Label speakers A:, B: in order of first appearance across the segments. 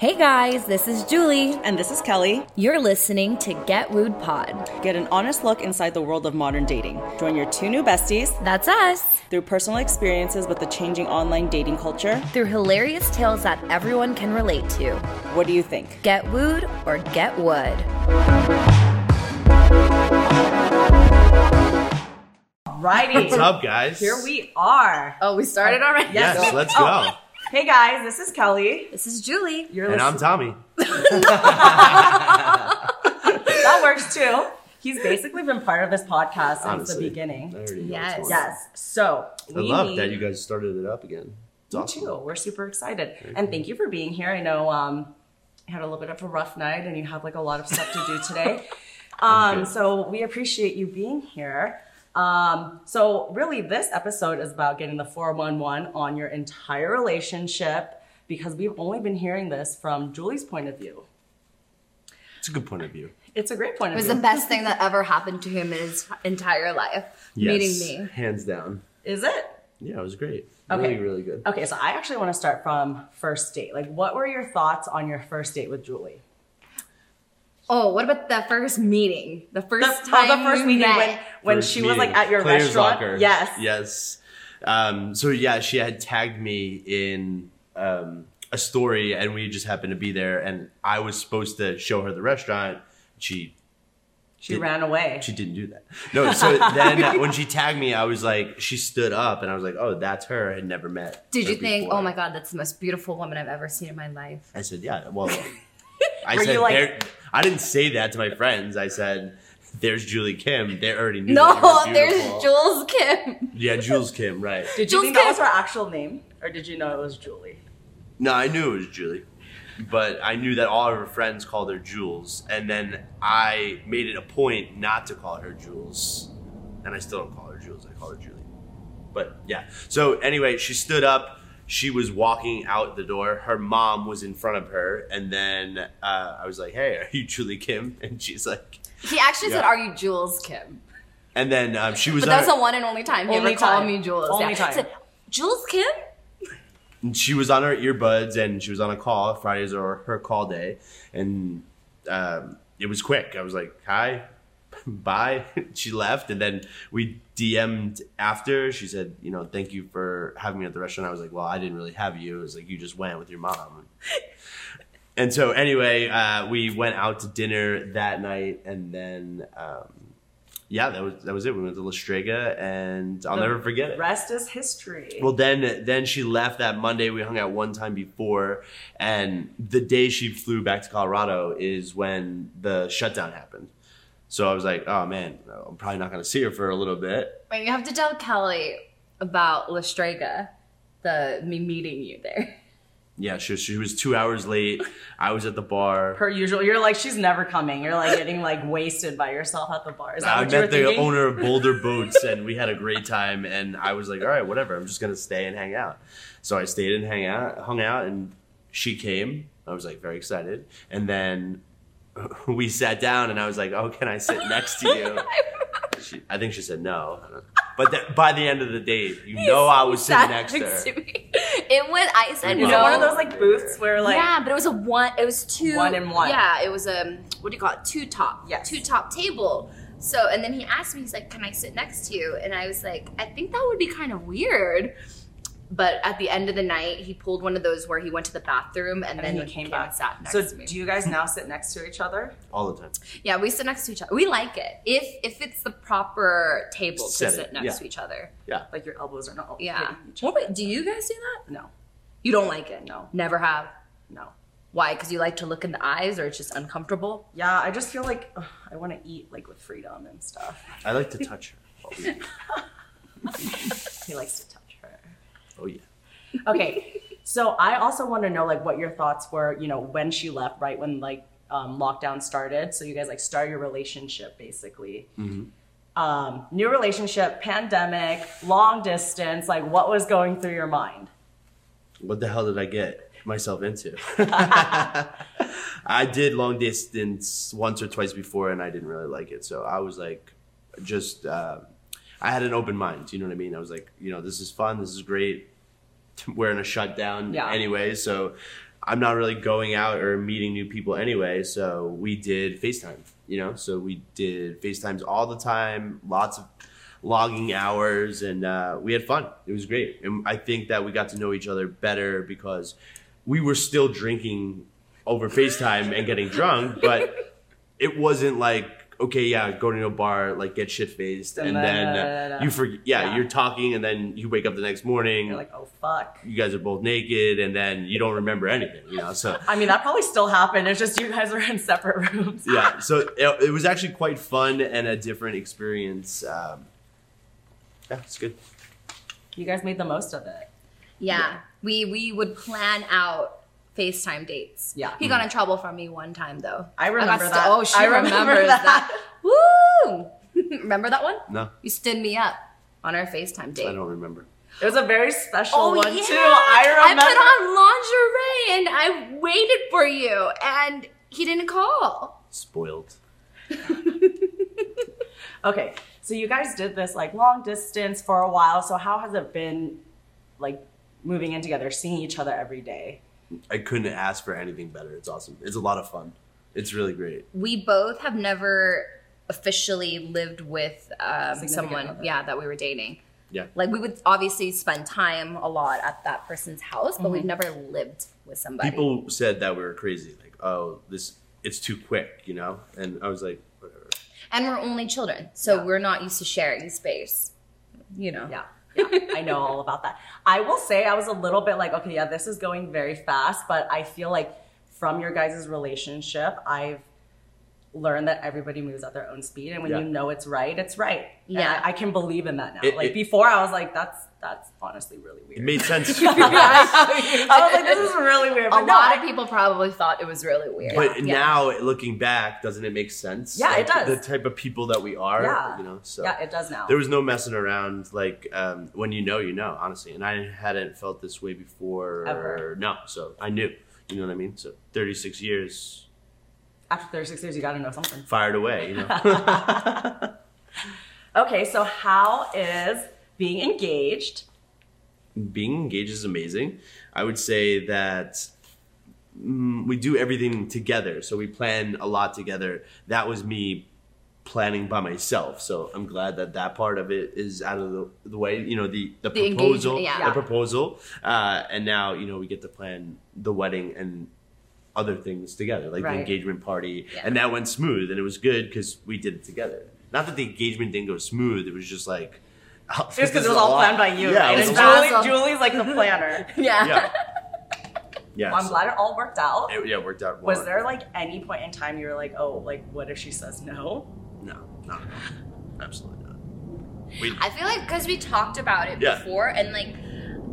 A: Hey guys, this is Julie.
B: And this is Kelly.
A: You're listening to Get Wooed Pod.
B: Get an honest look inside the world of modern dating. Join your two new besties
A: That's us.
B: through personal experiences with the changing online dating culture.
A: Through hilarious tales that everyone can relate to.
B: What do you think?
A: Get wooed or get wood.
C: Righty.
D: What's up, guys?
C: Here we are.
A: Oh, we started already?
D: Yes, let's go.
C: Hey guys, this is Kelly.
A: This is Julie.
C: You're
D: And I'm
C: listening.
D: Tommy.
C: That works too. He's basically been part of this podcast since
D: Honestly.
C: the beginning.
D: I already know
A: Yes.
D: what's going on.
C: Yes. So
D: I
C: we
D: love
C: need
D: that you guys started it up again. It's
C: you
D: awesome.
C: too. We're super excited, and thank you for being here. I know um, you had a little bit of a rough night, and you have like a lot of stuff to do today. Um,
D: good.
C: so we appreciate you being here. Um, so really, this episode is about getting the 411 on your entire relationship because we've only been hearing this from Julie's point of view.
D: It's a good point of view.
C: It's a great point
E: It
C: of
E: was
C: view.
E: the best thing that ever happened to him in his entire life.
D: Yes.
E: Meeting me.
D: Hands down.
C: Is it?
D: Yeah, it was great.
C: Okay. Uh,
D: Really, really good.
C: Okay, so I actually want to start from first date. Like, what were your thoughts on your first date with Julie?
E: Oh, what about the first meeting? The first
C: oh,
E: time.
C: the first
E: we
C: meeting
E: met.
C: when, when
D: First
C: she was like
D: meeting.
C: at your
D: Players
C: restaurant.
D: Locker.
C: Yes.
D: Yes. Um, so yeah, she had tagged me in um, a story, and we just happened to be there, and I was supposed to show her the restaurant. She
C: She
D: Did-
C: ran away.
D: She didn't do that. No, so then when she tagged me, I was like, she stood up and I was like, oh, that's her. I had never met.
E: Did
D: her
E: you think,
D: before.
E: oh my God, that's the most beautiful woman I've ever seen in my life?
D: I said, yeah. Well, I
C: Were
D: said,
C: you like-
D: there, I didn't say that to my friends. I said, there's Julie Kim. They already knew. that you
E: No,
D: were beautiful.
E: there's Jules Kim.
D: Yeah, Jules Kim, right.
C: did you
E: Jules
C: think that
E: Kim.
C: was her actual name, or did you know it was Julie?
D: No, I knew it was Julie. But I knew that all of her friends called her Jules. And then I made it a point not to call her Jules. And I still don't call her Jules. I call her Julie. But yeah. So anyway, she stood up. She was walking out the door. Her mom was in front of her. And then uh, I was like, hey, are you Julie Kim? And she's like,
E: He actually said,
D: Yeah.
E: Are you Jules Kim?
D: and then um, she was,
E: But that was
D: on
E: the one and only time he
C: Only
E: ever called
C: time.
E: me Jules.
C: Only
E: yeah.
C: time.
E: He said, Jules Kim?
D: her, she was on her earbuds and she was on a call. Fridays are her call day. And um, it was quick. I was like, hi, bye. she left, and then we DM'd after. She said, you know, thank you for having me at the restaurant. I was like, well, I didn't really have you. It was like you just went with your mom. and so anyway, uh, we went out to dinner that night, and then. Um, yeah, that was that was it. We went to La Strega, and I'll never forget it.
C: Rest is history.
D: Well, then then she left that Monday. We hung out one time before, and the day she flew back to Colorado is when the shutdown happened. So I was like, oh man, I'm probably not gonna see her for a little bit.
E: Wait, you have to tell Kelly about Lestrega, the me meeting you there.
D: Yeah, she, she was two hours late. I was at the bar.
C: per usual, you're like she's never coming. You're like getting like wasted by yourself at the bar. Is that
D: I
C: what you were
D: met the
C: thinking?
D: owner of Boulder Boats, and we had a great time. And I was like, all right, whatever. I'm just gonna stay and hang out. So I stayed and hang out, hung out, and she came. I was like very excited, and then. We sat down and I was like, "Oh, can I sit next to you?" She, I think she said no. But that, by the end of the date, you know I was sitting
E: Sat
D: next to her.
E: me. It was, I said
D: We
C: Is
E: no.
C: it one of those like booths where like
E: yeah, but it was a one. It was two.
C: One and one.
E: Yeah, it was a what do you call it? Two top.
C: Yes.
E: Two top table. So and then he asked me, he's like, "Can I sit next to you?" And I was like, "I think that would be kind of weird." But at the end of the night, he pulled one of those where he went to the bathroom and,
C: And
E: then
C: then he
E: he
C: came
E: and
C: back.
E: sat next
C: So
E: to me.
C: do you guys now sit next to each other?
D: All the time.
E: yeah, we sit next to each other. We like it if if it's the proper table
D: Set it,
E: to sit next
D: yeah.
E: to each other.
D: Yeah.
C: Like your elbows are not
E: Yeah.
C: hitting each
E: What about- do you guys do that?
C: other. No,
E: You don't like it?
C: No.
E: Never have.
C: no.
E: Why? Because you like to look in the eyes, or it's just uncomfortable.
C: Yeah, I just feel like ugh, I want to eat like with freedom and stuff.
D: I like to touch her.
C: He likes to touch her.
D: Oh yeah.
C: Okay. So I also want to know like what your thoughts were, you know, when she left, right when like um, lockdown started. So you guys like start your relationship basically. Um, new relationship, pandemic, long distance. Like what was going through your mind?
D: what the hell did I get myself into? I did long distance once or twice before, and I didn't really like it. So I was like, just uh, I had an open mind. You know what I mean? I was like, you know, this is fun. This is great. We're in a shutdown
C: Yeah.
D: anyway, so I'm not really going out or meeting new people anyway. So we did FaceTime, you know? So we did FaceTimes all the time, lots of logging hours, and uh, we had fun. It was great. And I think that we got to know each other better because we were still drinking over FaceTime and getting drunk, but it wasn't like, okay, yeah, go to a bar, like get shit faced, and,
C: And
D: then
C: then-
D: uh, you forget, yeah,
C: Yeah.
D: you're talking, and then you wake up the next morning,
C: You're like, oh fuck.
D: you guys are both naked and then you don't remember anything you know so
C: I mean, that probably still happened. It's just you guys were in separate rooms.
D: yeah so it, it was actually quite fun and a different experience um, yeah it's good
C: You guys made the most of it.
E: Yeah. We we would plan out FaceTime dates.
C: Yeah.
E: He got in trouble from me one time though.
C: I
E: got
C: remember
E: st-
C: that.
E: Oh, she
C: I remember
E: remembers
C: that.
E: that. Woo! remember that one?
D: no
E: You stood me up on our FaceTime date.
D: i don't remember
C: It was a very special
E: Oh
C: one
E: yeah.
C: too. I remember.
E: I put on lingerie and I waited for you and he didn't call.
D: spoiled
C: Okay, so you guys did this like long distance for a while. So how has it been, like moving in together, seeing each other every day?
D: i couldn't ask for anything better it's awesome it's a lot of fun it's really great
E: We both have never officially lived with um,
C: Significant
E: someone
C: other.
E: yeah that we were dating.
D: yeah
E: Like we would obviously spend time a lot at that person's house, but we've never lived with somebody.
D: people said that we were crazy like oh this it's too quick you know and i was like whatever
E: and we're only children, so we're not used to sharing space. You know.
C: Yeah. yeah, I know all about that. I will say I was a little bit like, okay, yeah, this is going very fast, but I feel like from your guys' relationship, I've learned that everybody moves at their own speed, and when
D: Yeah.
C: you know it's right, it's right. And
E: Yeah.
C: I, I can believe in that now.
D: It-
C: like
D: it-
C: before, I was like, that's that's honestly really
D: it
C: weird.
D: made
C: I
D: sense
C: was like, this is really weird.
E: A
C: But no,
E: lot
C: I-
E: of people probably thought it was really weird.
D: But
E: Yeah.
D: now, looking back, doesn't it make sense?
C: Yeah, it
D: Like,
C: does.
D: The type of people that we are,
C: yeah,
D: you know. So
C: yeah, it does now.
D: there was no messing around. Like um, when you know, you know, honestly. And I hadn't felt this way before.
C: Ever.
D: No, so I knew. You know what I mean? So 36 years
C: After 36 years, you got to know something.
D: fired away. You know,
C: Okay, so how is being engaged?
D: being engaged is amazing. I would say that. mm, We do everything together, so we plan a lot together. That was me planning by myself. So I'm glad that that part of it is out of the, the way. You know, the the,
E: The
D: proposal,
E: engagement, yeah.
D: the
E: Yeah.
D: proposal, uh, and now you know we get to plan the wedding and other things together, like
C: Right.
D: the engagement party,
E: Yeah.
D: and that went smooth and it was good because we did it together. Not that the engagement didn't go smooth; it was just like.
C: Just because it was all planned by you,
D: Yeah,
C: right?
D: it was
C: And
D: a lot.
E: Julie-
C: Julie, Julie's like the planner.
E: yeah.
D: yeah. yeah
C: I'm
D: so
C: glad it all worked out.
D: It, yeah, it worked out.
C: Was there
D: wonderful.
C: like any point in time you were like, oh, like what if she says no?
D: No, not at all. Absolutely not. We,
E: I feel like because we talked about it
D: Yeah.
E: before, and like,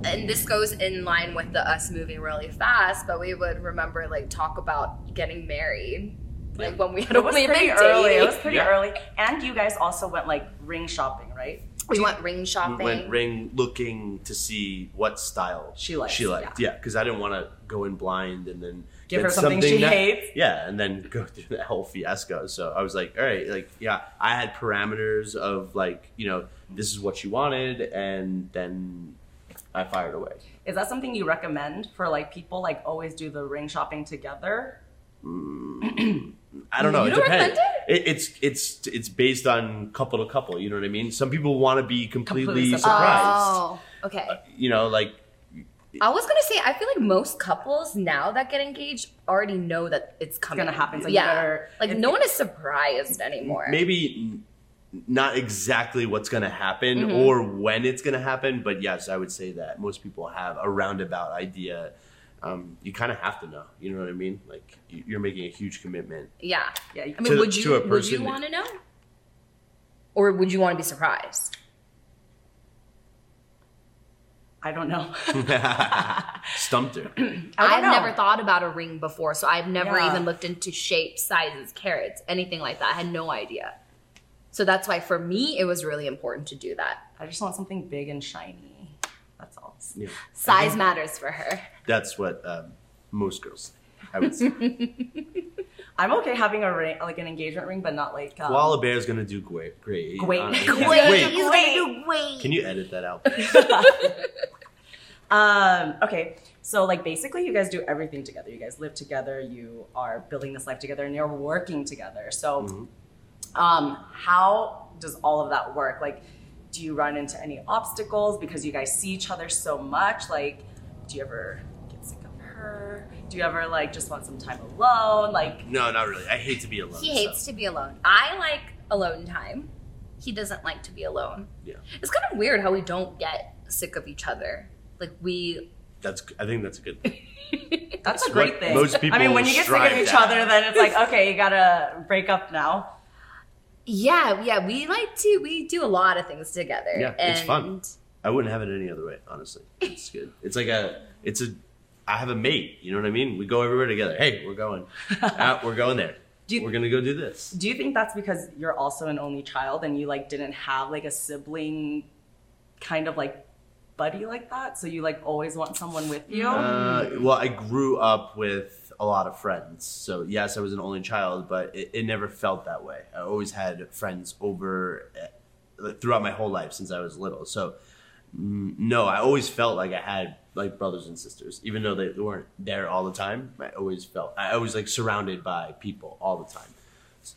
E: and this goes in line with the us moving really fast, but we would remember like talk about getting married, like when we had
C: It was
E: only
C: pretty
E: been
C: early. It
E: dating.
C: was pretty
D: Yeah.
C: early. And you guys also went like ring shopping, right?
E: We went ring shopping.
D: We went ring looking to see what style
C: She likes,
D: She liked, yeah, because I didn't want to go in blind and then
C: Give
D: get
C: her something she
D: that-
C: hates.
D: Yeah, and then go through that whole fiasco. So I was like, all right, like yeah, I had parameters of like you know this is what she wanted, and then I fired away.
C: Is that something you recommend for like people like always do the ring shopping together?
D: I don't know.
E: Mm, You
D: it
E: don't
D: depends.
E: recommend
D: It, it's it's it's based on couple to couple. You know what I mean? Some people want to be completely,
C: Completely
D: surprised.
E: Oh, okay.
D: You know, like
E: I was gonna say, I feel like most couples now that get engaged already know that it's coming.
C: gonna happen, so you
E: yeah,
C: better-
E: like
C: if-
E: no one is surprised anymore.
D: maybe n- not exactly what's going to happen
E: Mm-hmm.
D: or when it's going to happen but yes i would say that most people have a roundabout idea um, you kind of have to know you know what i mean like you- you're making a huge commitment
E: Yeah.
C: Yeah, you
E: I mean,
D: To-
E: would you
D: to a
E: would you
D: person-
E: want to know, or would you want to be surprised?
C: I don't know.
D: stumped her
C: I
E: I've
C: don't know.
E: never thought about a ring before, so I've never
C: Yeah.
E: even looked into shapes, sizes, carats, anything like that. I had no idea. So that's why for me it was really important to do that.
C: I just want something big and shiny. That's all.
D: yeah.
E: Size matters for her.
D: that's what um, most girls i would say
C: I'm okay having a ring, like an engagement ring, but not like. Um,
D: koala bear's going to do great great Uh,
C: Great.
D: honestly.
C: Great.
D: Great.
E: He's gonna do great.
D: can you edit that out
C: Um, okay. So like basically you guys do everything together. You guys live together, you are building this life together and you're working together. So
D: Mm-hmm.
C: um how does all of that work? Like do you run into any obstacles because you guys see each other so much? Like do you ever get sick of her? Do you ever like just want some time alone? Like
D: No, not really. I hate to be alone.
E: He
D: so,
E: hates to be alone. I like alone time. He doesn't like to be alone.
D: Yeah,
E: It's kind of weird how we don't get sick of each other. Like we,
D: that's. I think that's a good. thing.
C: that's a
D: It's
C: great
D: what
C: thing.
D: most
C: I mean
D: people
C: when you get sick of
D: strive
C: each
D: at.
C: other then it's like okay, you got to break up now.
E: yeah, yeah, we like to. We do a lot of things together.
D: Yeah,
E: and
D: it's fun. I wouldn't have it any other way, honestly. It's good. It's like a. It's a. I have a mate. You know what I mean? We go everywhere together. Hey, we're going. out, we're going there.
C: Do you-
D: we're gonna go do this.
C: Do you think that's because you're also an only child and you like didn't have like a sibling kind of like buddy like that? So you like always want someone with you?
D: Uh, well, I grew up with a lot of friends. So, yes, I was an only child, but it, it never felt that way. I always had friends over uh, throughout my whole life since I was little. So, mm, no, I always felt like I had like brothers and sisters, even though they weren't there all the time. I always felt, I was like surrounded by people all the time.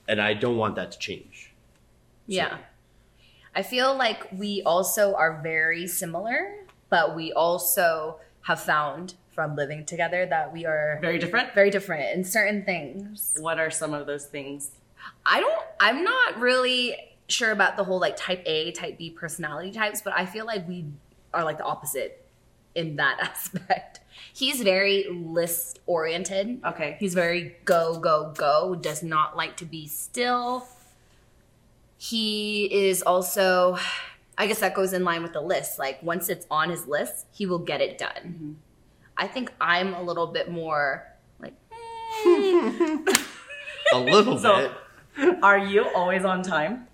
D: And I don't want that to change.
E: Yeah. I feel like we also are very similar, but we also have found from living together that we are
C: Very different.
E: very different in certain things.
C: What are some of those things?
E: I don't I'm not really sure about the whole like type A, type B personality types, but I feel like we are like the opposite in that aspect. He's very list oriented.
C: Okay.
E: He's very go, go, go, does not like to be still. He is also, I guess that goes in line with the list. Like, once it's on his list, he will get it done.
C: Mm-hmm.
E: I think I'm a little bit more like,
D: A little
C: So-
D: bit.
C: Are you always on time?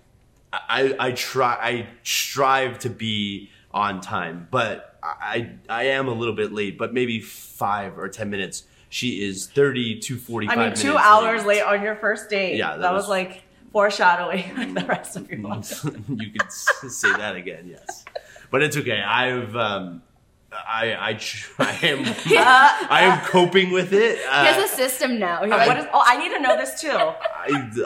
D: I, I try I strive to be on time, but I I am a little bit late, but maybe five or ten minutes. She is thirty to forty
C: I mean,
D: five.
C: two hours late. on your first date.
D: Yeah,
C: that,
D: that
C: was,
D: was-
C: like foreshadowing the rest of your life.
D: you could s- say that again, yes, but it's okay. I've um, I I, tr- I am I am coping with it.
E: "Uh, he
D: Uh,
E: has a system now. He's
C: What
E: like,
C: is? Oh, I need to know this too.
D: I,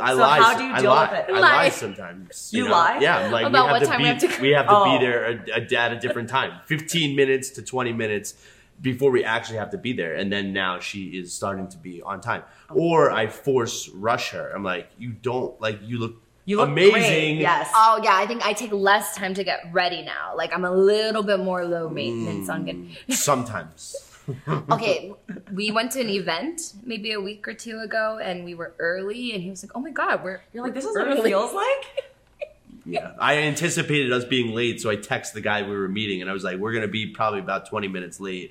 D: I
C: So
D: lie.
C: how
D: some-
C: do you
D: I
C: deal
D: lie.
C: with it?
D: I
E: Lie.
D: lie sometimes.
C: You lie?
D: Yeah, I'm like
E: About
D: we have
E: what
D: to
E: time
D: be,
E: we have to-
D: we have to
C: Oh.
D: be there a, a, at a different time, 15 minutes to 20 minutes before we actually have to be there. And then now she is starting to be on time, or I force rush her. I'm like, you don't like you look
C: You look
D: amazing.
C: Great. Yes.
E: oh, yeah, I think I take less time to get ready now. Like, I'm a little bit more low maintenance on getting.
D: Sometimes
C: Mm.
E: okay, we went to an event maybe a week or two ago, and we were early, and he was like, "Oh my god, we're
C: You're like, this is what it feels like.
D: Yeah. I anticipated us being late, so I texted the guy we were meeting and I was like, we're going to be probably about 20 minutes late.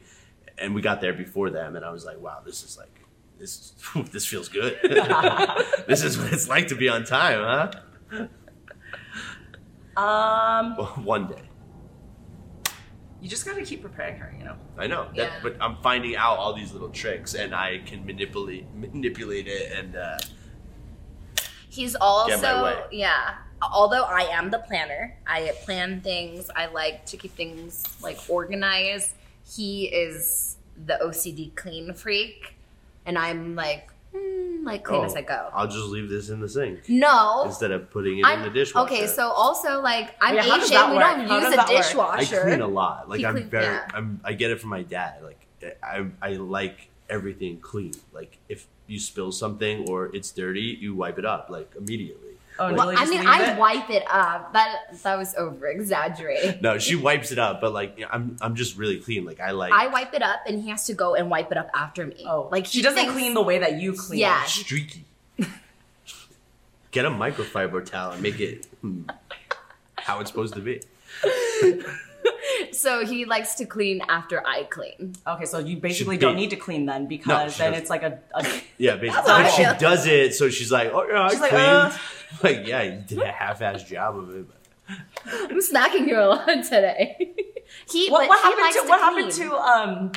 D: And we got there before them. And I was like, wow, this is like, this, this feels good. this is what it's like to be on time,
C: Um,
D: huh? One day.
C: you just gotta keep preparing her. You know.
D: I know. That,
E: Yeah.
D: But I'm finding out all these little tricks and I can manipulate manipulate it. And uh,
E: He's also
D: Get my way.
E: yeah. Although I am the planner, I plan things. I like to keep things like organized. He is the OCD clean freak, and I'm like hmm, like clean
D: Oh,
E: as I go.
D: I'll just leave this in the sink
E: no.
D: instead of putting it
E: I'm,
D: in the dishwasher.
E: Okay, so also like I'm
C: Yeah, how does
E: Asian,
C: that
E: we
C: work?
E: don't
C: How does
E: use a
C: that work?
D: I
E: dishwasher.
D: clean a lot. Like
E: He
D: I'm
E: clean-
D: very,
E: yeah.
D: I'm, I get it from my dad. Like I, I like everything clean. Like if you spill something or it's dirty, you wipe it up like immediately.
C: Oh,
D: Like,
C: really?
E: I
C: Just
E: mean,
C: leave
E: I
C: it?
E: wipe it up. That that was over exaggerating.
D: no, she wipes it up, but like you know, I'm, I'm just really clean. Like I like
E: I wipe it up, and he has to go and wipe it up after me.
C: Oh,
E: like
C: she
E: he
C: doesn't
E: thinks-
C: clean the way that you clean.
E: Yeah.
D: streaky. get a microfiber towel and make it hmm, how it's supposed to be.
E: So he likes to clean after I clean.
C: Okay, so you basically
D: Should
C: don't
D: be.
C: need to clean then because
D: she
C: then
D: doesn't.
C: it's like a. a
D: Yeah, basically.
C: how
D: Like,
C: I
D: she
E: feel.
D: does it, so she's like, "Oh yeah, I
C: She's like,
D: cleaned."
C: uh.
D: Like, yeah, you did a half-ass job of it. But
E: I'm smacking you a lot today. he
C: what
E: but
C: what
E: he
C: happened
E: likes
C: to,
E: to
C: what
E: clean.
C: happened to um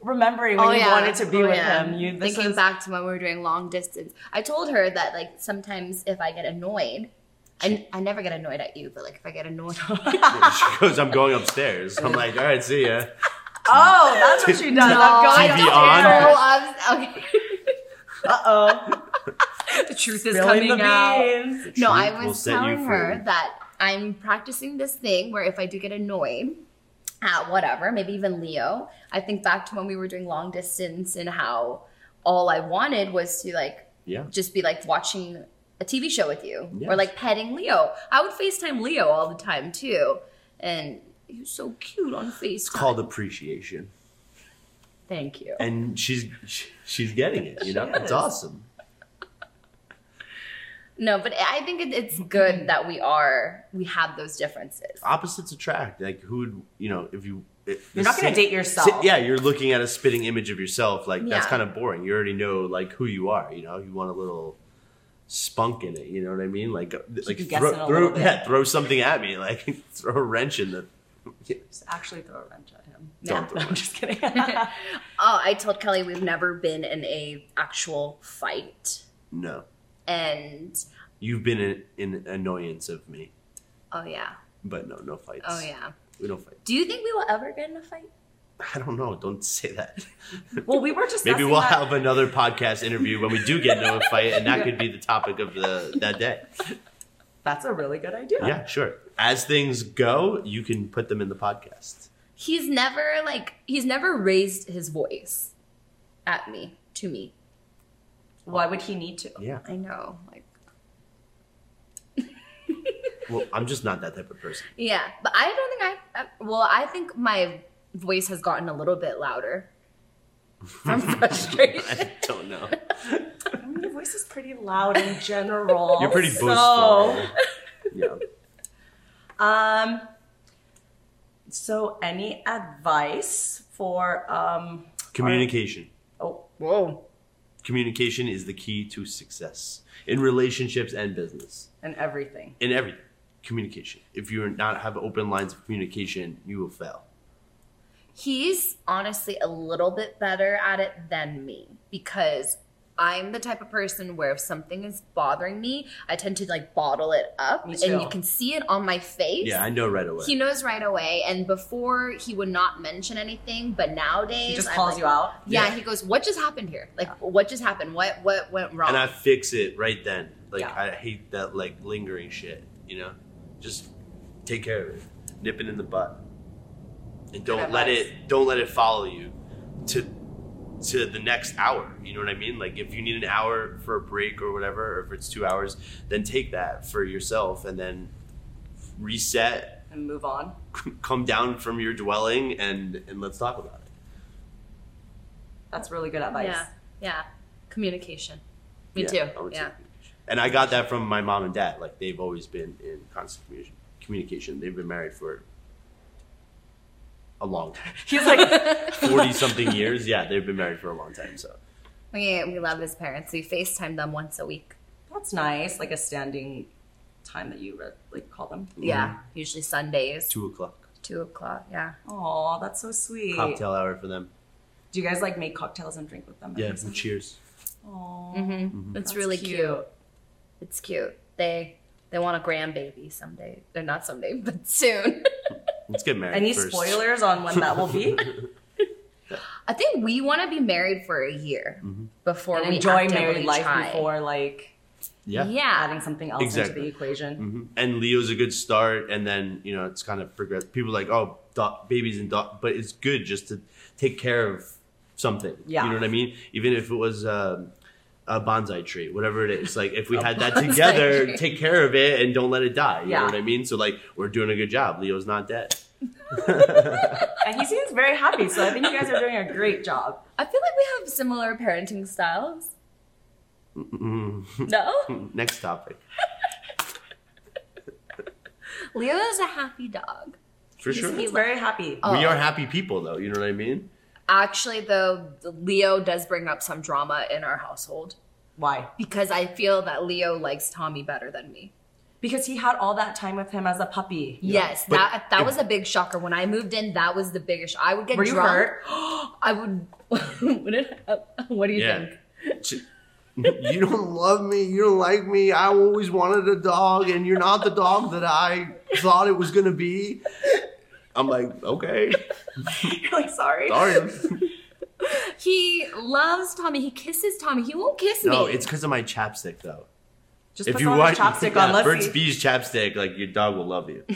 C: remembering when
E: Oh,
C: you
E: yeah.
C: wanted to be
E: Oh,
C: with
E: yeah.
C: him? You this
E: Thinking
C: is,
E: back to when we were doing long distance, I told her that like sometimes if I get annoyed, I, I never get annoyed at you, but like if I get annoyed,
D: she goes, "I'm going upstairs." I'm like, "All right, see ya."
C: Oh, that's what she does. I'm
E: I don't know. I'm- um,
C: going
D: TV on?
E: okay.
C: Uh oh.
E: the truth is
C: Spilling the
E: coming out.
C: beans.
E: No,
D: Truth
E: I
D: will
E: was
D: set you
E: telling her
D: free.
E: that I'm practicing this thing where if I do get annoyed at whatever, maybe even Leo, I think back to when we were doing long distance and how all I wanted was to like
D: Yeah.
E: just be like watching a TV show with you or
D: Yes.
E: like petting Leo. I would FaceTime Leo all the time too. And he was so cute on FaceTime.
D: Called appreciation,
E: Thank you.
D: and she's she- she's getting it. You know, it's awesome.
E: No, but I think it, it's good that we are, we have those differences.
D: Opposites attract. Like who would you know if you. if the
C: You're not gonna
D: same-
C: date yourself.
D: si- yeah, you're looking at a spitting image of yourself. Like that's
E: Yeah.
D: kind of boring. You already know like who you are. You know, you want a little spunk in it. You know what I mean? Like uh, like
C: guessing a
D: throw,
C: little
D: throw
C: bit.
D: yeah, throw something at me. Like throw a wrench in the.
C: Just actually throw a wrench at him.
E: Yeah.
D: Don't throw a
C: I'm
D: wrench.
C: just kidding.
E: Oh, I told Kelly we've never been in a actual fight,
D: No,
E: and
D: you've been an, an annoyance of me,
E: oh yeah,
D: but no, no fights.
E: oh yeah.
D: we don't fight.
E: Do you think we will ever get in a fight?
D: I don't know. Don't say that.
C: well, we were just
D: Maybe we'll have another podcast interview when we do get into a fight, and that could be the topic of the that day.
C: That's a really good idea.
D: Yeah, sure. As things go, you can put them in the podcast.
E: He's never like he's never raised his voice at me to me.
C: Why would he need to?
D: Yeah.
E: I know, like
D: Well, I'm just not that type of person.
E: yeah, but I don't think I. I- Well, I think my voice has gotten a little bit louder from frustration.
D: I don't know.
C: I mean, your voice is pretty loud in general.
D: You're pretty boastful.
C: So,
D: Yeah.
C: um, so any advice for um?
D: Communication.
C: Oh,
E: Whoa.
D: Communication is the key to success in relationships and business.
C: and everything.
D: In everything. Communication. If you are not have open lines of communication, you will fail.
E: He's honestly a little bit better at it than me because I'm the type of person where if something is bothering me, I tend to like bottle it up
C: Me
E: and
C: too.
E: you can see it on my face.
D: Yeah, I know right away.
E: He knows right away. And before he would not mention anything, but nowadays
C: He just
E: I'm
C: calls
E: like-
C: you out.
E: Yeah,
D: Yeah.
E: he goes, What just happened here? Like what just happened? What what went wrong?
D: and I fix it right then. Like
C: Oh. Yeah.
D: I hate that like lingering shit. You know, just take care of it, nip it in the butt, and don't let
C: advice.
D: it don't let it follow you to to the next hour. You know what I mean? Like if you need an hour for a break or whatever, or if it's two hours, then take that for yourself and then reset,
C: And move on.
D: come down from your dwelling, and and let's talk about it.
C: That's really good advice.
E: Yeah. Yeah. Communication. Me
D: Yeah, I
E: too.
D: would say
E: Yeah.
D: communication. And I got that from my mom and dad. Like they've always been in constant communication. Communication. They've been married for a long time,
C: He's like,
D: forty something years. Yeah, they've been married for a long time. So
E: We we love his parents. We FaceTime them once a week.
C: that's nice. Like a standing time that you re- like call them.
E: Yeah. Usually Sundays.
D: two o'clock
E: two o'clock. Yeah.
C: Oh, that's so sweet.
D: cocktail hour for them.
C: Do you guys like make cocktails and drink with them?
D: Yeah, and cheers.
C: Aw.
E: It's really
C: cute.
E: cute. It's cute. They they want a grandbaby someday. They're not someday, but soon.
D: Let's get married.
C: Any
D: first.
C: spoilers on when that will be?
E: I think we want to be married for a year before
C: and
E: we
C: enjoy
E: actively
C: married life
E: try.
C: before like
D: Yeah.
E: Yeah.
C: adding something else into
D: Exactly.
C: the equation.
D: Mhm. And Leo's a good start, and then you know it's kind of progress. People are like oh do- babies and dog, but it's good just to take care of something.
C: Yeah.
D: you know what I mean. Even if it was um, a bonsai tree, whatever it is, like if we had that together,
E: tree.
D: take care of it and don't let it die. You
C: Yeah.
D: know what I mean. So like we're doing a good job. Leo's not dead.
C: And he seems very happy, so I think you guys are doing a great job.
E: I feel like we have similar parenting styles. No?
D: Next topic
E: Leo is a happy dog.
D: for sure.
C: He's Oh. very happy.
D: We are happy people, though. You know what I mean.
E: Actually, though, Leo does bring up some drama in our household
C: Why?
E: because I feel that Leo likes Tommy better than me.
C: Because he had all that time with him as a puppy.
E: Yes,
D: But
E: that that
D: if-
E: was a big shocker. When I moved in, that was the biggest. I would get
C: Were you
E: drunk.
C: hurt?
E: I would. what, did I- what do you
D: Yeah.
E: think?
D: Ch- you don't love me. You don't like me. I always wanted a dog, and you're not the dog that I thought it was gonna be. I'm like, okay,
C: You're like, sorry.
D: sorry.
E: He loves Tommy. He kisses Tommy. He won't kiss
D: No,
E: me.
D: it's because of my chapstick though.
C: Just
D: If
C: put
D: you
C: some of
D: want
C: the chopstick
D: yeah,
C: on. Let's
D: Burt's
C: see.
D: Bees chapstick, like your dog will love you.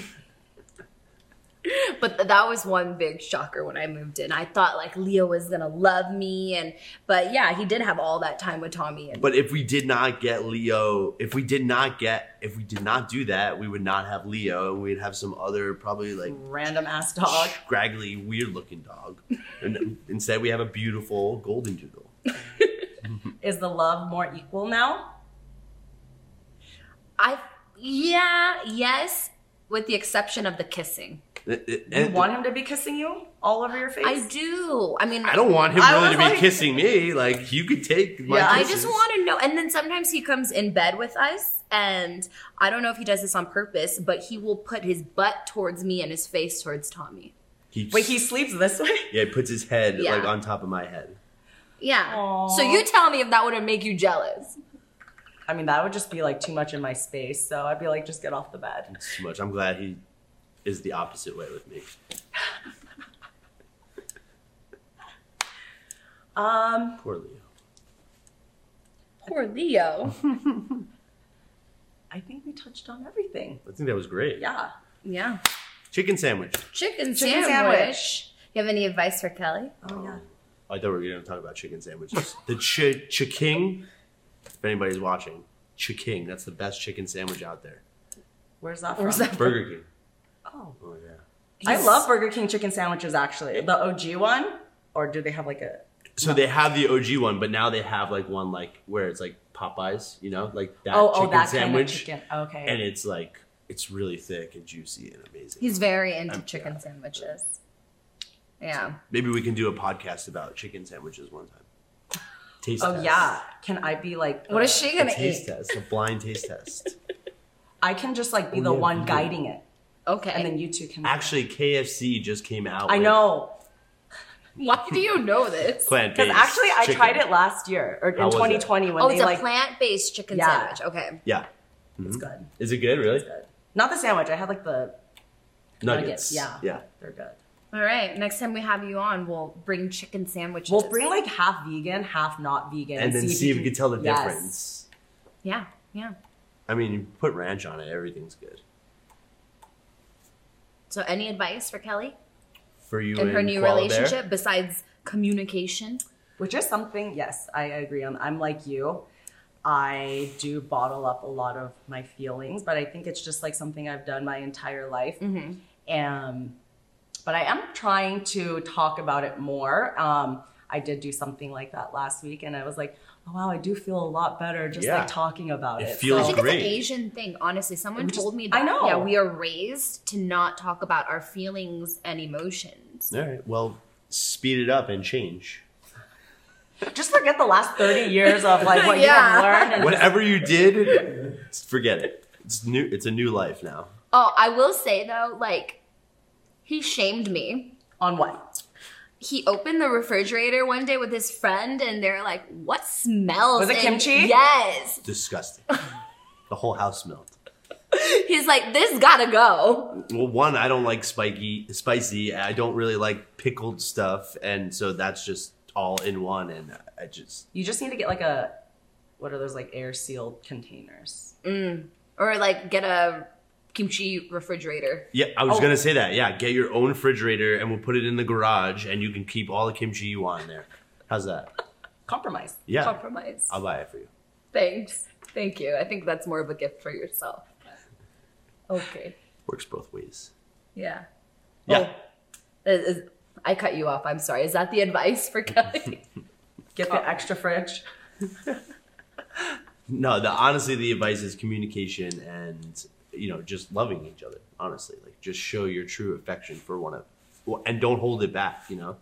E: but th- that was one big shocker when I moved in. I thought like Leo was gonna love me, and but yeah, he did have all that time with Tommy. And
D: But if we did not get Leo, if we did not get, if we did not do that, we would not have Leo, and we'd have some other probably like
C: Random ass dog.
D: scraggly, weird-looking dog. and instead, we have a beautiful golden doodle.
C: Is the love more equal now?
E: I, yeah, yes, with the exception of the kissing.
D: It- it-
C: You
D: and-
C: want him to be kissing you all over your face?
E: I do. I mean,
D: I don't want him
C: I
D: really
C: was
D: to be
C: like-
D: kissing me. Like you could take my
C: Yeah,
E: I
D: kisses.
E: just want to know. And then sometimes he comes in bed with us, and I don't know if he does this on purpose, but he will put his butt towards me and his face towards Tommy.
D: He,
C: Wait, he sleeps this way?
D: yeah, he puts his head
E: Yeah.
D: like on top of my head.
E: Yeah.
C: Aw.
E: So you tell me if that wouldn't make you jealous.
C: I mean, that would just be like too much in my space. So I'd be like, just get off the bed.
D: It's too much. I'm glad he is the opposite way with me.
C: Um,
D: Poor Leo.
E: Poor Leo.
C: I think we touched on everything.
D: I think that was great.
C: Yeah.
E: Yeah.
D: Chicken sandwich.
E: Chicken,
C: Chicken
E: sandwich.
C: sandwich.
E: You have any advice for Kelly?
C: Oh, yeah.
D: I thought we were going to talk about chicken sandwiches. the ch- chiking. If anybody's watching, chiking. That's the best chicken sandwich out there.
C: Where's that from?
E: Where's that-
D: Burger King.
C: Oh.
D: Oh yeah.
C: I love Burger King chicken sandwiches, actually. The OG one? Or do they have like a.
D: So they have the OG one, but now they have like one like where it's like Popeyes, you know, like that
C: Oh,
D: chicken
C: oh, that
D: sandwich,
C: kind of chicken. Okay.
D: and it's like it's really thick and juicy and amazing.
E: He's very into
D: I'm-
E: chicken sandwiches. Yeah.
D: Maybe we can do a podcast about chicken sandwiches one time. Taste
C: oh,
D: test.
C: yeah. Can I be like.
E: What is she
D: A
E: going to
D: taste
E: eat?
D: test, a blind taste test.
C: I can just like be the
D: Oh, yeah,
C: one
D: you do.
C: guiding it.
E: Okay.
C: And then you two can.
D: Actually, KFC just came out.
C: I
D: with
C: know.
E: Why do you know this?
D: plant-based
C: Because actually, I
D: chicken.
C: tried it last year or in
D: How was it?
C: 2020 when
E: oh,
C: they
E: it's a
C: like.
E: plant-based chicken
C: Yeah.
E: sandwich. Okay.
D: Yeah,
C: It's good.
D: is it good? Really?
C: Not the sandwich. I had like the nuggets. Yeah.
D: yeah.
C: They're good.
E: All right. Next time we have you on, we'll bring chicken sandwiches.
C: We'll bring like half vegan, half not vegan,
D: And then see if you can tell the
C: Yes.
D: difference.
E: Yeah. Yeah.
D: I mean, you put ranch on it, everything's good.
E: So, any advice for Kelly
D: For you
E: in
D: and
E: her new
D: Koala Bear?
E: relationship besides communication?
C: Which is something. Yes, I agree on. I'm like you. I do bottle up a lot of my feelings, but I think it's just like something I've done my entire life. Um, but I am trying to talk about it more. Um, I did do something like that last week, and I was like, "Oh wow, I do feel a lot better just
D: Yeah.
C: like talking about
D: It
C: it."
D: feels
E: I
C: So-
E: think it's
D: Great.
E: an Asian thing, honestly. Someone
C: just-
E: told me that.
C: I know.
E: Yeah, we are raised to not talk about our feelings and emotions.
D: All right. Well, speed it up and change.
C: just forget the last thirty years of like what
E: Yeah.
C: you have learned. And
D: Whatever you did, forget it. It's new. It's a new life now.
E: Oh, I will say though, like, he shamed me
C: on what?
E: he opened the refrigerator one day with his friend and they're like, what smells?
C: Was it
E: in-"
C: kimchi?
E: Yes.
D: Disgusting. the whole house smelled.
E: He's like, this gotta go.
D: Well, one, I don't like spiky, spicy. I don't really like pickled stuff, and so that's just all in one. And I just
C: You just need to get like a what are those like air sealed containers?
E: Or like get a kimchi refrigerator.
D: yeah, I was
C: Oh.
D: gonna say that. Yeah, get your own refrigerator, and we'll put it in the garage, and you can keep all the kimchi you want in there. How's that?
C: Compromise.
D: Yeah,
E: Compromise.
D: I'll buy it for you.
E: Thanks. Thank you. I think that's more of a gift for yourself. Okay.
D: Works both ways.
E: Yeah.
C: Oh.
D: Yeah,
E: Is- is- I cut you off. I'm sorry. Is that the advice for Kelly?
C: Get the extra fridge.
D: no. The honestly, the advice is communication and you know just loving each other. Honestly, like just show your true affection for one of, well, and don't hold it back. You know,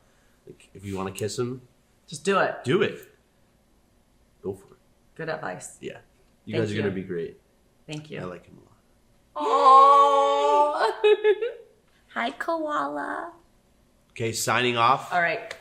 D: like if you want to kiss him,
C: Just do it.
D: do it. Go for it.
C: Good advice.
D: Yeah. You
C: Thank
D: guys are going
C: you.
D: to be great.
C: Thank
D: I
C: you.
D: like him a lot.
E: oh. Hi, koala.
D: Okay, signing off.
C: All right.